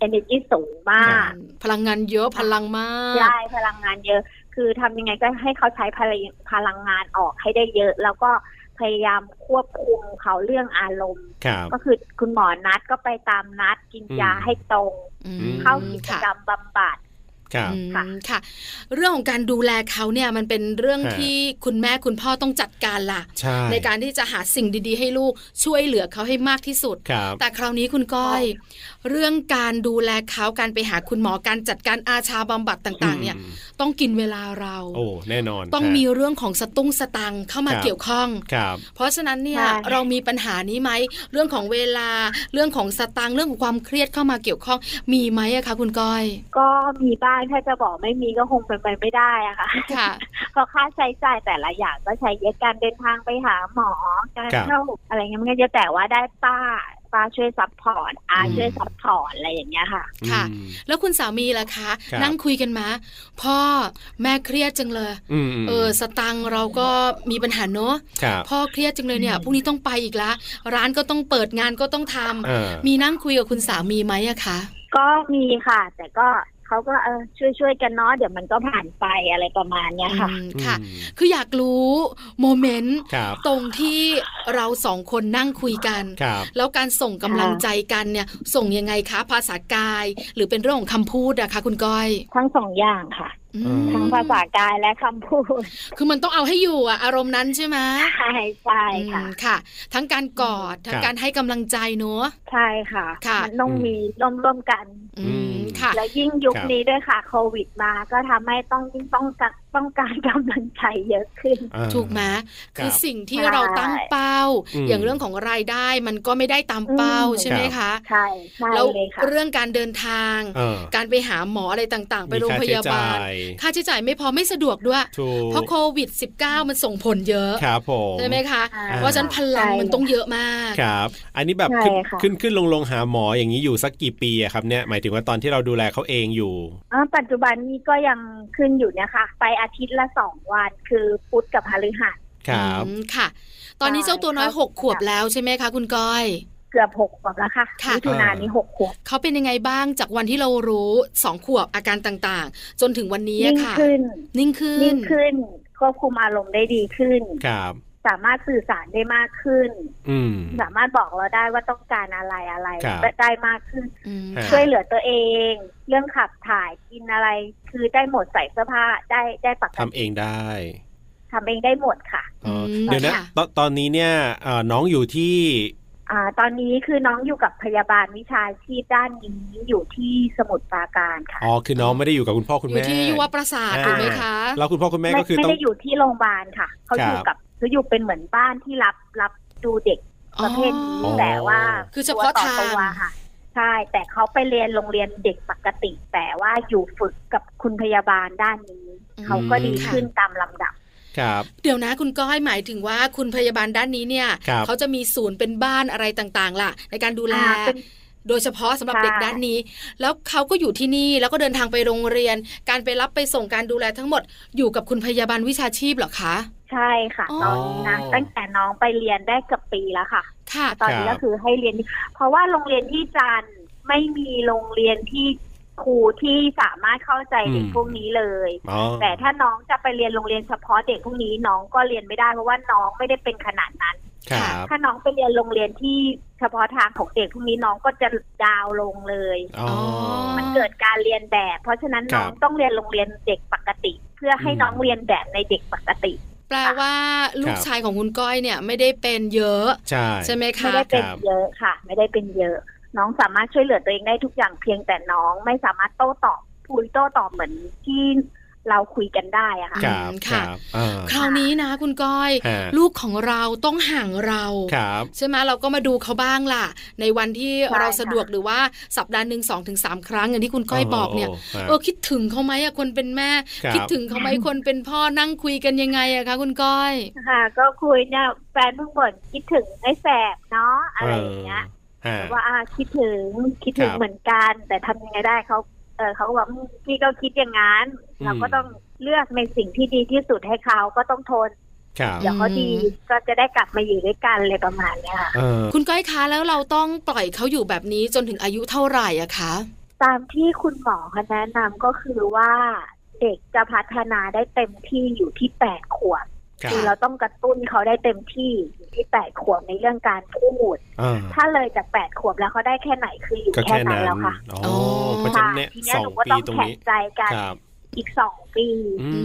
Speaker 5: energy สูงมา
Speaker 2: ครั
Speaker 5: ก
Speaker 2: บ
Speaker 1: พลังงานเยอะพลังมาก
Speaker 5: ใช่พลังงานเยอะ คือทำยังไงก็ให้เขาใช้พลังพลังงานออกให้ได้เยอะ แล้วก็พยายามควบคุมเขาเรื่องอารมณ์
Speaker 2: ครับ
Speaker 5: ก็คือคุณหมอนัดก็ไปตามนัดกินยา
Speaker 2: อืม
Speaker 5: ให้ตรง
Speaker 1: อืม
Speaker 5: เข้ากิจ
Speaker 1: ค่ะ
Speaker 5: กรรมบำบัด
Speaker 2: ครับ
Speaker 1: อืม
Speaker 5: ค่ะ
Speaker 1: ค่ะ เรื่องของการดูแลเขาเนี่ยมันเป็นเรื่อง
Speaker 2: ฮะ
Speaker 1: ที่คุณแม่คุณพ่อต้องจัดการล่ะ
Speaker 2: ใช่
Speaker 1: ในการที่จะหาสิ่งดีๆ ให้ลูกช่วยเหลือเขาให้มากที่สุด
Speaker 2: ครับ
Speaker 1: แต่คราวนี้คุณก้อย เรื่องการดูแลเขาการไปหาคุณหมอการจัดการอาชาบำบัดต่างๆ เนี่ย
Speaker 2: อืม
Speaker 1: ต้องกินเวลาเรา
Speaker 2: โอ้แน่นอน
Speaker 1: ต้อง
Speaker 2: ฮะ
Speaker 1: มีเรื่องของสตุ้งสตังเข้ามา
Speaker 2: ครับ
Speaker 1: เกี่ยวข้อง
Speaker 2: ครับ
Speaker 1: เพราะฉะนั้นเนี่ย
Speaker 5: ใช่
Speaker 1: เรามีปัญหานี้ไหมเรื่องของเวลาเรื่องของสตังค์เรื่องของความเครียดเข้ามาเกี่ยวข้อง มีไหมอะคะคุณก้อย
Speaker 5: ก็มีบ้างถ้าจะบอกไม่มีก็คงเป็นไปไม่ได้อะค่ะ
Speaker 1: ค่ะ
Speaker 5: เพราะค่าใช้จ่ายแต่ละอย่างก็ใช้เยอะการเดินทางไปหาหมอการ
Speaker 2: ครับ
Speaker 5: เข้าอะไรเงี้ยมันก็จะแต่ว่าได้ป้า ป้าช่วยซัพพอร์ตอา
Speaker 2: อืม
Speaker 5: ช่วยซัพพอร์ตอะไรอย่างเงี้ยค่ะ
Speaker 1: ค่ะ
Speaker 2: อืม
Speaker 1: แล้วคุณสามีล่ะคะ
Speaker 2: ครับ
Speaker 1: นั่งคุยกันมาพ่อแม่เครียดจังเลย
Speaker 2: อืมม
Speaker 1: เออสตังค์เราก็มีปัญหาเนอะ
Speaker 2: ครับ
Speaker 1: พ่อเครียดจังเลยเนี่ยพรุ่งนี้ต้องไปอีกละร้านก็ต้องเปิดงานก็ต้องทำ
Speaker 2: อ่า
Speaker 1: มีนั่งคุยกับคุณสามีไหมอะคะ
Speaker 5: ก็มีค่ะ แต่ก็เขาก็เออช่วยช่วยๆกันเนาะเดี๋ยวมันก็ผ่านไปอะไรประมาณเนี้ยค่ะ
Speaker 1: อืมค่ะ
Speaker 2: อืม
Speaker 1: คืออยากรู้โมเมนต์
Speaker 2: ครับ
Speaker 1: ตรงที่เราสองคนนั่งคุยกัน
Speaker 2: ครับ
Speaker 1: แล้วการส่งกำลังใจกันเนี่ย ส่งยังไงคะ ภาษากาย หรือเป็นเรื่องของคำพูดอะคะคุณก้อย
Speaker 5: ทั้งสองอย่างค่ะ
Speaker 1: อืม
Speaker 5: ทั้งภาษากายและคำพูด
Speaker 1: คือมันต้องเอาให้อยู่อะอารมณ์นั้นใช่ไหม
Speaker 5: ใช่ใช่ค่ะ
Speaker 1: อืมค่ะ ทั้งการกอดทั้งการให้กำลังใจเนอะ
Speaker 5: ใช่ค่ะ
Speaker 1: ค่ะ
Speaker 5: มันต้องมีร่วมร่วมๆกัน
Speaker 1: อืมค่ะ
Speaker 5: และยิ่งยุค
Speaker 2: ครับ
Speaker 5: นี้ด้วยค่ะ โควิดมาก็ทำให้ต้องยิ่งต้องการต้องการกำลังใจเยอะขึ้น
Speaker 2: อ่า
Speaker 1: ถูกไหม
Speaker 2: ครับ
Speaker 1: คือสิ่งที่เราตั้งเป้า
Speaker 2: อืม
Speaker 1: อย่างเรื่องของรายได้มันก็ไม่ได้ตามเป้า
Speaker 5: อืม
Speaker 1: ใช่ไหมคะ
Speaker 5: ใช่ใช่
Speaker 1: แล้ว
Speaker 5: เลยค่ะ
Speaker 1: เรื่องการเดินทาง
Speaker 2: เออ
Speaker 1: การไปหาหมออะไรต่างๆ ไปโรงพยาบาล
Speaker 2: มีค่ใช้จ่ย
Speaker 1: ค่าใช้จ่ายไม่พอไม่สะดวกด้วย
Speaker 2: ถูก
Speaker 1: เพราะโควิด -19 มันส่งผลเยอะ
Speaker 2: ครับผม
Speaker 1: ใช่ไหมคะ
Speaker 5: อ่า
Speaker 1: เพราะฉะนั้นพลังมันต้องเยอะมาก
Speaker 2: ครับ อันนี้แบบ
Speaker 5: ใช่
Speaker 2: ขึ้น
Speaker 5: ค่ะ
Speaker 2: ขึ้นขึ้นลงลงหาหมออย่างนี้อยู่สักกี่ปีอะครับเนี่ยหมายถึงว่าตอนที่เราดูแลเขาเองอยู่
Speaker 5: อ่าปัจจุบันนี้ก็ยังขึ้นอยู่นะคะ ไปอาทิตย์ละสองวัน คือพุธกับพฤหัส
Speaker 2: ครับ
Speaker 1: อืมค่ะ ตอนนี้เจ้าตัวน้อย
Speaker 5: ใช่
Speaker 1: 6 ขวบแล้วใช่ไหมคะคุณก้อย
Speaker 5: เกือบหกขวบแล้วค่ะ
Speaker 1: ค่ะ
Speaker 5: มิถุนายนนี้หกขวบ
Speaker 1: เขาเป็นยังไงบ้างจากวันที่เรารู้ 2 ขวบอาการต่างๆ จนถึงวันนี้
Speaker 5: ยิ่
Speaker 1: อะ
Speaker 5: ง
Speaker 1: ค่ะ
Speaker 5: ขึ้น
Speaker 1: นิ่งขึ้
Speaker 5: ยิ่
Speaker 1: น
Speaker 5: งขึ้นควบคุมอารมณ์ได้ดีขึ้น
Speaker 2: ครับ
Speaker 5: สามารถสื่อสารได้มากขึ้น
Speaker 2: อืม
Speaker 5: สามารถบอกเราได้ว่าต้องการอะไรอะไร
Speaker 2: ครับ
Speaker 5: ได้มากขึ้น
Speaker 1: อืม
Speaker 2: ค่ะ
Speaker 5: ช่วยเหลือตัวเอง เรื่องขับถ่ายกินอะไร คือได้หมดใส่เสื้อผ้าได้ได้ปก
Speaker 2: ทำ
Speaker 5: ติ
Speaker 2: เองได้
Speaker 5: ทำเองได้หมดค่ะ
Speaker 2: อ๋ออ
Speaker 1: ม
Speaker 2: เดี๋ยวนะ
Speaker 1: ค่
Speaker 2: ตอนตอนนี้เนี่ยเอ่อน้องอยู่ที่
Speaker 5: อ่า ตอนนี้คือน้องอยู่กับพยาบาลวิชาชีพด้านนี้อยู่ที่สมุทรปราการค่ะ
Speaker 2: อ๋อ คือน้องไม่ได้อยู่กับคุณพ่อคุณ
Speaker 1: อ
Speaker 2: แม่
Speaker 1: ยู่ที่ยุวประสาท
Speaker 2: อ่า
Speaker 1: ถูกไหมคะ
Speaker 2: แล้วคุณพ่อคุณแม่
Speaker 5: ไม่
Speaker 2: ก็คือ
Speaker 5: ไม่
Speaker 2: ต้อง
Speaker 5: ได้อยู่ที่โรงพยาบาลค่ะเขา
Speaker 2: ครับ
Speaker 5: อยู่กับเขาอยู่เป็นเหมือนบ้านที่รับรับดูเด็กประเภทนี้
Speaker 2: อ๋อ
Speaker 5: แต่ว่า
Speaker 1: คือเฉพาะ
Speaker 5: ตัวต่อ
Speaker 1: ทาง
Speaker 5: ตัวค่ะ ใช่ แต่เขาไปเรียนโรงเรียนเด็กปกติ แต่ว่าอยู่ฝึกกับคุณพยาบาลด้านนี้ เขาก็ดี
Speaker 1: ค่ะ
Speaker 5: ขึ้นตามลำดับ
Speaker 2: ครับ
Speaker 1: เดี๋ยวนะคุณก้อยหมายถึงว่าคุณพยาบาลด้านนี้เนี่ย
Speaker 2: ครับ
Speaker 1: เขาจะมีศูนย์เป็นบ้านอะไรต่างๆ ล่ะ ในการดูแล
Speaker 5: อ่าเป็น
Speaker 1: โดยเฉพาะสำหรับ
Speaker 5: ใช่
Speaker 1: เด็กด้านนี้ แล้วเขาก็อยู่ที่นี่แล้วก็เดินทางไปโรงเรียน การไปรับไปส่งการดูแลทั้งหมดอยู่กับคุณพยาบาลวิชาชีพเหรอคะ
Speaker 5: ใช่ค่ะ
Speaker 1: อ๋อ
Speaker 5: ตอนนี้นะตั้งแต่น้องไปเรียนได้เกือบปีแล้วค่ะ
Speaker 1: ค่ะ
Speaker 5: ตอนนี้
Speaker 2: ครั
Speaker 5: ก็
Speaker 2: บ
Speaker 5: คือให้เรียน เพราะว่าโรงเรียนที่จันทร์ไม่มีโรงเรียนที่ครูที่สามารถเข้าใจเด็กพวกนี้เลย
Speaker 2: อ๋อ
Speaker 5: แต่ถ้าน้องจะไปเรียนโรงเรียนเฉพาะเด็กพวกนี้น้องก็เรียนไม่ได้เพราะว่าน้องไม่ได้เป็นขนาดนั้น
Speaker 2: ครับ
Speaker 5: ถ้าน้องไปเรียนโรงเรียนที่เฉพาะทางของเด็กพวกนี้น้องก็จะดาวลงเลย
Speaker 2: อ๋อ
Speaker 5: มันเกิดการเรียนแบบ เพราะฉะนั้นน้อง
Speaker 2: ครับ
Speaker 5: ต้องเรียนโรงเรียนเด็กปกติ เพื่อให้
Speaker 2: อืม
Speaker 5: น้องเรียนแบบในเด็กปกติ
Speaker 1: แปลว่าลูกชายของคุณก้อยเนี่ยไม่ได้เป็นเยอะ
Speaker 2: ใช่
Speaker 1: ใช่ไหม
Speaker 5: ไม่
Speaker 1: คะ
Speaker 5: ได้เป็น
Speaker 2: ครับ
Speaker 5: เยอะค่ะ ไม่ได้เป็นเยอะ น้องสามารถช่วยเหลือตัวเองได้ทุกอย่างเพียงแต่น้องไม่สามารถโต้ตอบพูดโต้ตอบเหมือนที่เราคุยกันได้อะค่ะ
Speaker 2: ครับค
Speaker 1: ค่ะ
Speaker 2: รับอ่า
Speaker 1: คราวนี้นะคุณก้อย
Speaker 2: ฮะ
Speaker 1: ลูกของเราต้องห่างเรา
Speaker 2: ครับ
Speaker 1: ใช่ไหมเราก็มาดูเขาบ้างล่ะ ในวันที่
Speaker 5: ใช่
Speaker 1: เรา
Speaker 5: ค่ะ
Speaker 1: สะดวกหรือว่าสัปดาห์หนึ่งสองถึงสามครั้งอย่างที่คุณก้อยบอกเนี่ย
Speaker 2: ฮะ
Speaker 1: เออคิดถึงเขาไหมอะคนเป็นแม่
Speaker 2: ครับ
Speaker 1: คิดถึงเขาไหมคนเป็นพ่อนั่งคุยกันยังไงอะคะคุณก้อย
Speaker 5: ค่ะ ก็คุยเนี่ยแฟนเพิ่งบ่นคิดถึงไอ้แสบเนาะอะไรอย่างเงี้ย
Speaker 2: ฮะ
Speaker 5: ว่าอ่าคิดถึงคิดถึง
Speaker 2: ครับ
Speaker 5: เหมือนกัน แต่ทำยังไงได้เขาเออเขาก็บอกอืมพี่ก็คิดอย่างนั้น
Speaker 2: อืม
Speaker 5: เราก็ต้องเลือกในสิ่งที่ดีที่สุดให้เขาก็ต้องทน
Speaker 2: ครับ
Speaker 5: เดี๋ยวเขาดี
Speaker 1: อืม
Speaker 5: ก็จะได้กลับมาอยู่ด้วยกันอะไรประมาณเนี้ยค่ะ
Speaker 2: เออ
Speaker 1: คุณก้อยคะแล้วเราต้องปล่อยเขาอยู่แบบนี้จนถึงอายุเท่าไหร่อะคะ
Speaker 5: ตามที่คุณหมอเขาแนะนำก็คือว่าเด็กจะพัฒนาได้เต็มที่อยู่ที่แปดขวบ
Speaker 2: ครั
Speaker 5: คือบ เราต้องกระตุ้นเขาได้เต็มที่อยู่ที่แปดขวบในเรื่องการพูด
Speaker 2: อ่า
Speaker 5: ถ้าเลยจากแปดขวบแล้วเขาได้แค่ไหนคืออยู่
Speaker 2: ก็
Speaker 5: แค่
Speaker 2: แค่
Speaker 5: นั้
Speaker 2: นั้
Speaker 5: น
Speaker 2: น
Speaker 5: แล้วค่ะ
Speaker 2: อ๋อ
Speaker 1: อ
Speaker 2: เพราะฉะนั้
Speaker 5: ค่ะ
Speaker 2: นเนี่ย
Speaker 5: ทีเนี้ย
Speaker 2: สอ
Speaker 5: ห
Speaker 2: ง
Speaker 5: นูก็
Speaker 2: ปี
Speaker 5: ต้อง
Speaker 2: ตรง
Speaker 5: แข่ง
Speaker 2: นี้
Speaker 5: ใจกัน
Speaker 2: ครับ
Speaker 5: อีกสองปี
Speaker 2: อื
Speaker 1: อื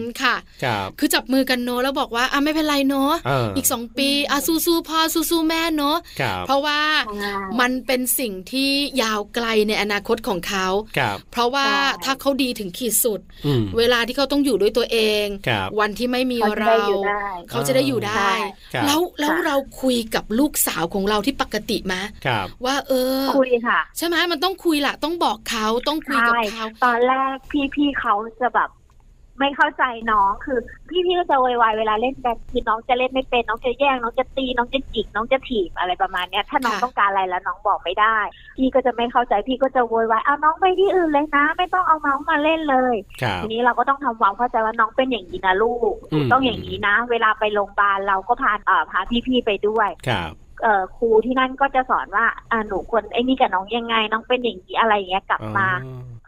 Speaker 2: ม
Speaker 1: มค่ะ
Speaker 2: ครับ
Speaker 1: คือจับมือกันเนอะแล้วบอกว่าอ่ะไม่เป็นไรเนอะ
Speaker 2: า
Speaker 1: อีกสองปีอ่ะสู้ๆพ่อสู้ๆแม่เนอะ
Speaker 2: ครับ
Speaker 1: เพราะว่า
Speaker 5: ใช่
Speaker 1: มันเป็นสิ่งที่ยาวไกลในอนาคตของเขา
Speaker 2: ครับ
Speaker 1: เพราะว่า
Speaker 5: ใช่
Speaker 1: ถ้าเขาดีถึงขีดสุด
Speaker 2: อืม
Speaker 1: เวลาที่เขาต้องอยู่ด้วยตัวเอง
Speaker 2: ครับ
Speaker 1: วันที่ไม่มี
Speaker 5: เขาจะ
Speaker 1: เรา
Speaker 5: ได้อยู่ได้
Speaker 1: เขาจะได้อยู่ได้
Speaker 2: ครับ
Speaker 1: แล้วแล้ว
Speaker 5: ค่ะ
Speaker 1: เราคุยกับลูกสาวของเราที่ปกติมา
Speaker 2: ครับ
Speaker 1: ว่าเออ
Speaker 5: คุยค่ะ
Speaker 1: ใช่ไหมมันต้องคุยล่ะ ต้องบอกเขาต้องคุยกับเขา
Speaker 5: ตอนแรกพี่ๆเขาจะแบบ ไม่เข้าใจน้องคือพี่พี่ๆก็จะโวยวายเวลาเล่นกันคือน้องจะเล่นไม่เป็นน้องจะแย่งน้องจะตีน้องจะจิกน้องจะถีบอะไรประมาณเนี้ยถ้าน้อง
Speaker 1: ค่ะ
Speaker 5: ต้องการอะไรแล้วน้องบอกไม่ได้ พี่ก็จะไม่เข้าใจพี่ก็จะโวยวายเอาน้องไปที่อื่นเลยนะ ไม่ต้องเอาน้องมาเล่นเลย
Speaker 2: ครับ
Speaker 5: ทีนี้เราก็ต้องทำความเข้าใจว่าน้องเป็นอย่างนี้นะลูก
Speaker 2: อืม
Speaker 5: ต้องอย่างนี้นะ เวลาไปโรงพยาบาลเราก็พาเอ่อพาพี่ๆไปด้วย
Speaker 2: ครับ
Speaker 5: เอ่อครูที่นั่นก็จะสอนว่าอ่าหนูควรไอ้นี่กับน้องยังไง น้องเป็นอย่างนี้อะไรอย่างเงี้ยกลับ
Speaker 2: อ๋อ
Speaker 5: มา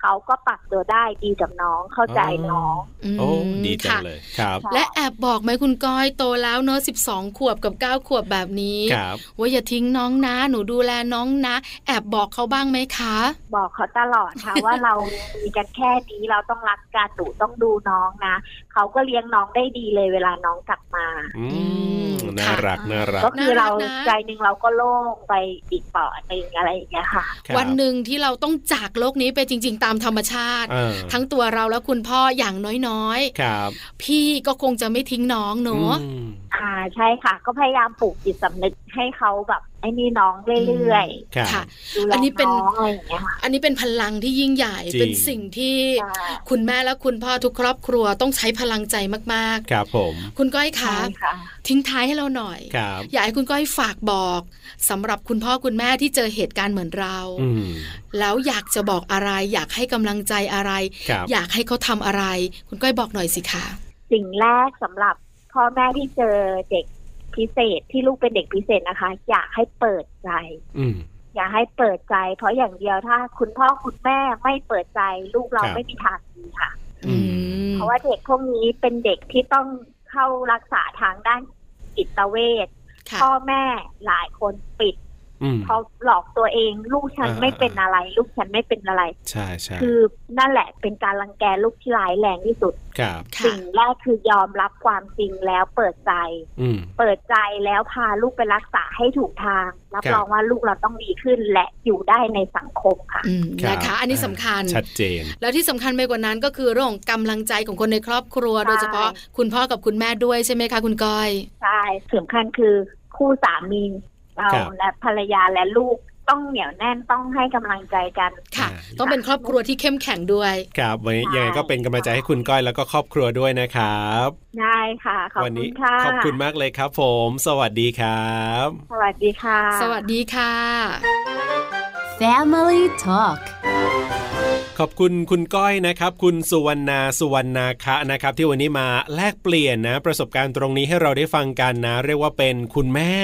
Speaker 5: เขาก็ปรับตัวได้ดีกับน้องเข้าใจน้อง
Speaker 1: อืม
Speaker 2: โอ้ดีจัง
Speaker 1: ค่ะ
Speaker 2: เลยครับ
Speaker 5: ค่ะ
Speaker 1: และแอบบอกไหมคุณก้อยโตแล้วเนอะ12 ขวบกับ 9 ขวบแบบนี้
Speaker 2: ครับ
Speaker 1: ว่าอย่าทิ้งน้องนะ หนูดูแลน้องนะ แอบบอกเขาบ้างไหมคะ
Speaker 5: บอกเขาตลอดค่ะ ว่าเรามีกันแค่นี้เราต้องรักกันหนูต้องดูน้องนะเขาก็เลี้ยงน้องได้ดีเลยเวลาน้องกลับมา
Speaker 2: อืม
Speaker 1: ค่ะ
Speaker 2: น่ารักน่ารัก
Speaker 5: ก็คือเรา
Speaker 1: น่ารักนะ
Speaker 5: ใจหนึ่งเราก็โล่งไปอีกเปอดหนึ่งอะไรอย่างเงี้ยค่ะ
Speaker 2: ครับ
Speaker 1: วันหนึ่งที่เราต้องจากโลกนี้ไปจริง ๆ ตามธรรมชาติ
Speaker 2: เออ
Speaker 1: ทั้งตัวเราและคุณพ่ออย่างน้อย
Speaker 2: ครับ
Speaker 1: ๆ พี่ก็คงจะไม่ทิ้งน้องเนอะ
Speaker 2: อืม
Speaker 5: อ่าใช่ค่ะ ก็พยายามปลูกจิตสำนึกให้เขาแบบไอ้นี่น้องเรื่อย
Speaker 2: ครับ
Speaker 1: ค่ะ
Speaker 5: ๆดูแล
Speaker 1: อันนี้เป็น
Speaker 5: น้องอะไรอย่างเงี้ยค่ะ
Speaker 1: อันนี้เป็นพลังที่ยิ่งใหญ่
Speaker 2: จริง
Speaker 1: เป็นสิ่งที่
Speaker 5: ใช่
Speaker 1: คุณแม่และคุณพ่อทุกครอบครัวต้องใช้พลังใจมาก
Speaker 2: ครับผม
Speaker 1: ๆ คุณก้อยคะ
Speaker 5: ใช่ค่ะ
Speaker 1: ทิ้งท้ายให้เราหน่อย
Speaker 2: ครับ
Speaker 1: อยากให้คุณก้อยฝากบอกสำหรับคุณพ่อคุณแม่ที่เจอเหตุการณ์เหมือนเรา
Speaker 2: อืม
Speaker 1: แล้วอยากจะบอกอะไร อยากให้กำลังใจอะไร
Speaker 2: ครับ
Speaker 1: อยากให้เขาทำอะไร คุณก้อยบอกหน่อยสิคะ
Speaker 5: สิ่งแรกสำหรับพ่อแม่ที่เจอเด็กพิเศษที่ลูกเป็นเด็กพิเศษนะคะ อยากให้เปิดใจ
Speaker 2: อืม
Speaker 5: อยากให้เปิดใจ เพราะอย่างเดียวถ้า คุณพ่อคุณแม่ไม่เปิดใจ ลูกเรา
Speaker 2: ครับ
Speaker 5: ไม่มีทางดีค่ะ
Speaker 2: อืม
Speaker 1: อืม
Speaker 5: เพราะว่าเด็กพวกนี้เป็นเด็กที่ต้องเข้ารักษาทางด้านจิตเวช
Speaker 1: ค่ะ
Speaker 5: พ่อแม่หลายคนปิด
Speaker 2: อืม
Speaker 5: เขาหลอกตัวเอง ลูกฉัน
Speaker 2: อ่า
Speaker 5: ไม่เป็นอะไร ลูกฉันไม่เป็นอะไร
Speaker 2: ใช่ใช่
Speaker 5: คือนั่นแหละเป็นการรังแกลูกที่ร้ายแรงที่สุด
Speaker 2: ครับ
Speaker 1: ค่ะ
Speaker 5: สิ่งแรกคือยอมรับความจริงแล้วเปิดใจ
Speaker 2: อืม
Speaker 5: เปิดใจแล้วพาลูกไปรักษาให้ถูกทาง รับ
Speaker 2: ครับ
Speaker 5: รองว่าลูกเราต้องดีขึ้นและอยู่ได้ในสังคมค่ะ
Speaker 1: อืม
Speaker 2: รับ
Speaker 1: นะคะ อันนี้สำคัญ
Speaker 2: ชัดเจน
Speaker 1: แล้วที่สำคัญไปกว่านั้นก็คือเรื่องของกำลังใจของคนในครอบครัว
Speaker 5: ใช่
Speaker 1: โดยเฉพาะคุณพ่อกับคุณแม่ด้วยใช่ไหมคะคุณก้อย
Speaker 5: ใช่สำคัญคือคู่สามีเรา
Speaker 2: ครับ
Speaker 5: และภรรยาและลูกต้องเหนียวแน่นต้องให้กำลังใจกัน
Speaker 1: ค่ะ
Speaker 2: อ่า
Speaker 1: ต้องเป็นครอบครัวที่เข้มแข็งด้วย
Speaker 2: ครับวันนี้
Speaker 5: ใช่
Speaker 2: ยังไงก็เป็นกำลังใจให้คุณก้อยแล้วก็ครอบครัวด้วยนะครับ
Speaker 5: ได้ค่ะ ขอบ
Speaker 2: วั
Speaker 5: คุ
Speaker 2: นี้
Speaker 5: ณค่ะ
Speaker 2: ขอบคุณมากเลยครับผม สวัสดีครับ
Speaker 5: สวัสดีค่ะ
Speaker 1: สวัสดีค่ะ
Speaker 4: Family Talk
Speaker 2: ขอบคุณคุณก้อยนะครับ คุณสุวรรณาสุวรรณาคะนะครับ ที่วันนี้มาแลกเปลี่ยนนะ ประสบการณ์ตรงนี้ให้เราได้ฟังกันนะ เรียกว่าเป็นคุณแม่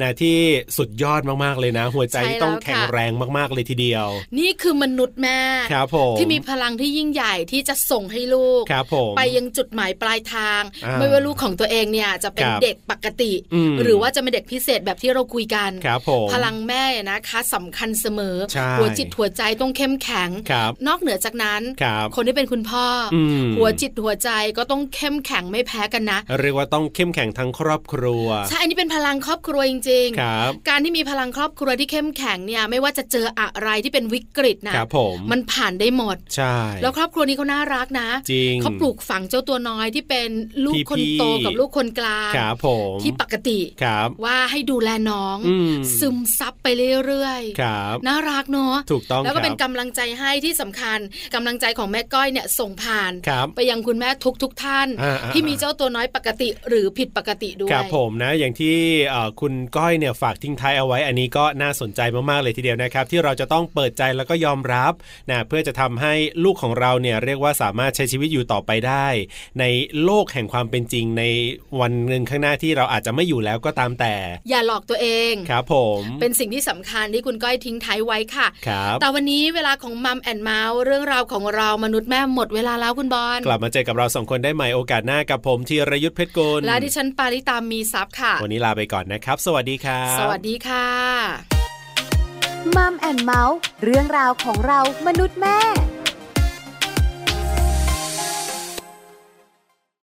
Speaker 2: นะที่สุดยอดมากๆเลยนะ หัวใจ
Speaker 1: ใช่แล้ว
Speaker 2: ต้องแข็ง
Speaker 1: ค่ะ
Speaker 2: แรงมากๆเลยทีเดียว
Speaker 1: นี่คือมนุษย์แม่
Speaker 2: ครับผม
Speaker 1: ที่มีพลังที่ยิ่งใหญ่ที่จะส่งให้ลูก
Speaker 2: ครับผม
Speaker 1: ไปยังจุดหมายปลายทาง
Speaker 2: อ่า
Speaker 1: ไม่ว่าลูกของตัวเองเนี่ยจะเป็น
Speaker 2: ครับ
Speaker 1: เด็กปกติ
Speaker 2: อืม
Speaker 1: หรือว่าจะเป็นเด็กพิเศษแบบที่เราคุยกัน
Speaker 2: ครับผม
Speaker 1: พลังแม่นะคะสำคัญเสมอ
Speaker 2: ใช่
Speaker 1: หัวจิตหัวใจต้องเข้มแข็ง
Speaker 2: ครับ
Speaker 1: นอกเหนือจากนั้น
Speaker 2: ครับ
Speaker 1: คนที่เป็นคุณพ่ออ
Speaker 2: อืม
Speaker 1: หัวจิตหัวใจก็ต้องเข้มแข็งไม่แพ้กันนะ
Speaker 2: เรียกว่าต้องเข้มแข็งทั้งครอบครัว
Speaker 1: ใช่อันนี้เป็นพลังครอบครัวจริง ๆ
Speaker 2: ครับ
Speaker 1: การที่มีพลังครอบครัวที่เข้มแข็งเนี่ยไม่ว่าจะเจออะไรที่เป็นวิกฤตนะครับ
Speaker 2: ผม
Speaker 1: มันผ่านได้หมด
Speaker 2: ใช่
Speaker 1: แล้วครอบครัวนี้เขาน่ารักนะ
Speaker 2: จริง
Speaker 1: เขาปลูกฝังเจ้าตัวน้อยที่เป็นลูกคน
Speaker 2: พี่ๆ
Speaker 1: โตกับลูกคนกลาง
Speaker 2: ครับผม
Speaker 1: ที่ปกติ
Speaker 2: ครับ
Speaker 1: ว่าให้ดูแลน้อง
Speaker 2: อืม
Speaker 1: ซึมซับไปเรื่อย
Speaker 2: ครับ
Speaker 1: ๆน่ารักเนาะ
Speaker 2: ถูกต้อง
Speaker 1: แล้วก็เป็น
Speaker 2: ครับ
Speaker 1: กำลังใจให้ที่สำคัญกำลังใจของแม่ก้อยเนี่ยส่งผ่าน
Speaker 2: ครับ
Speaker 1: ไปยังคุณแม่ทุกทุกๆท่าน
Speaker 2: อ่าอ่า
Speaker 1: ที่มีเจ้าตัวน้อยปกติหรือผิดปกติด้วย
Speaker 2: ครับผมนะอย่างที่เอ่อคุณก้อยเนี่ยฝากทิ้งท้ายเอาไว้ อันนี้ก็น่าสนใจมากๆเลยทีเดียวนะครับ ที่เราจะต้องเปิดใจแล้วก็ยอมรับนะเพื่อจะทำให้ลูกของเราเนี่ยเรียกว่าสามารถใช้ชีวิตอยู่ต่อไปได้ ในโลกแห่งความเป็นจริงในวันหนึ่งข้างหน้าที่เราอาจจะไม่อยู่แล้วก็ตามแต่
Speaker 1: อย่าหลอกตัวเอง
Speaker 2: ครับผม
Speaker 1: เป็นสิ่งที่สำคัญที่คุณก้อยทิ้งท้ายไว้ค่ะ
Speaker 2: ครับ
Speaker 1: แต่วันนี้เวลาของมัมแอนเมาส์เรื่องราวของเรามนุษย์แม่หมดเวลาแล้วคุณบอล
Speaker 2: กลับมาเจอกับเราสองคนได้ใหม่โอกาสหน้ากับผมธีรยุทธเพชรกุล
Speaker 1: และดิฉันปาริตามีซัพ์ค่ะ
Speaker 2: วันนี้ลาไปก่อนนะครับ สวัสดีครับ
Speaker 1: สวัสดีค่ะ
Speaker 4: มัมแอนเมาส์เรื่องราวของเรามนุษย์แม่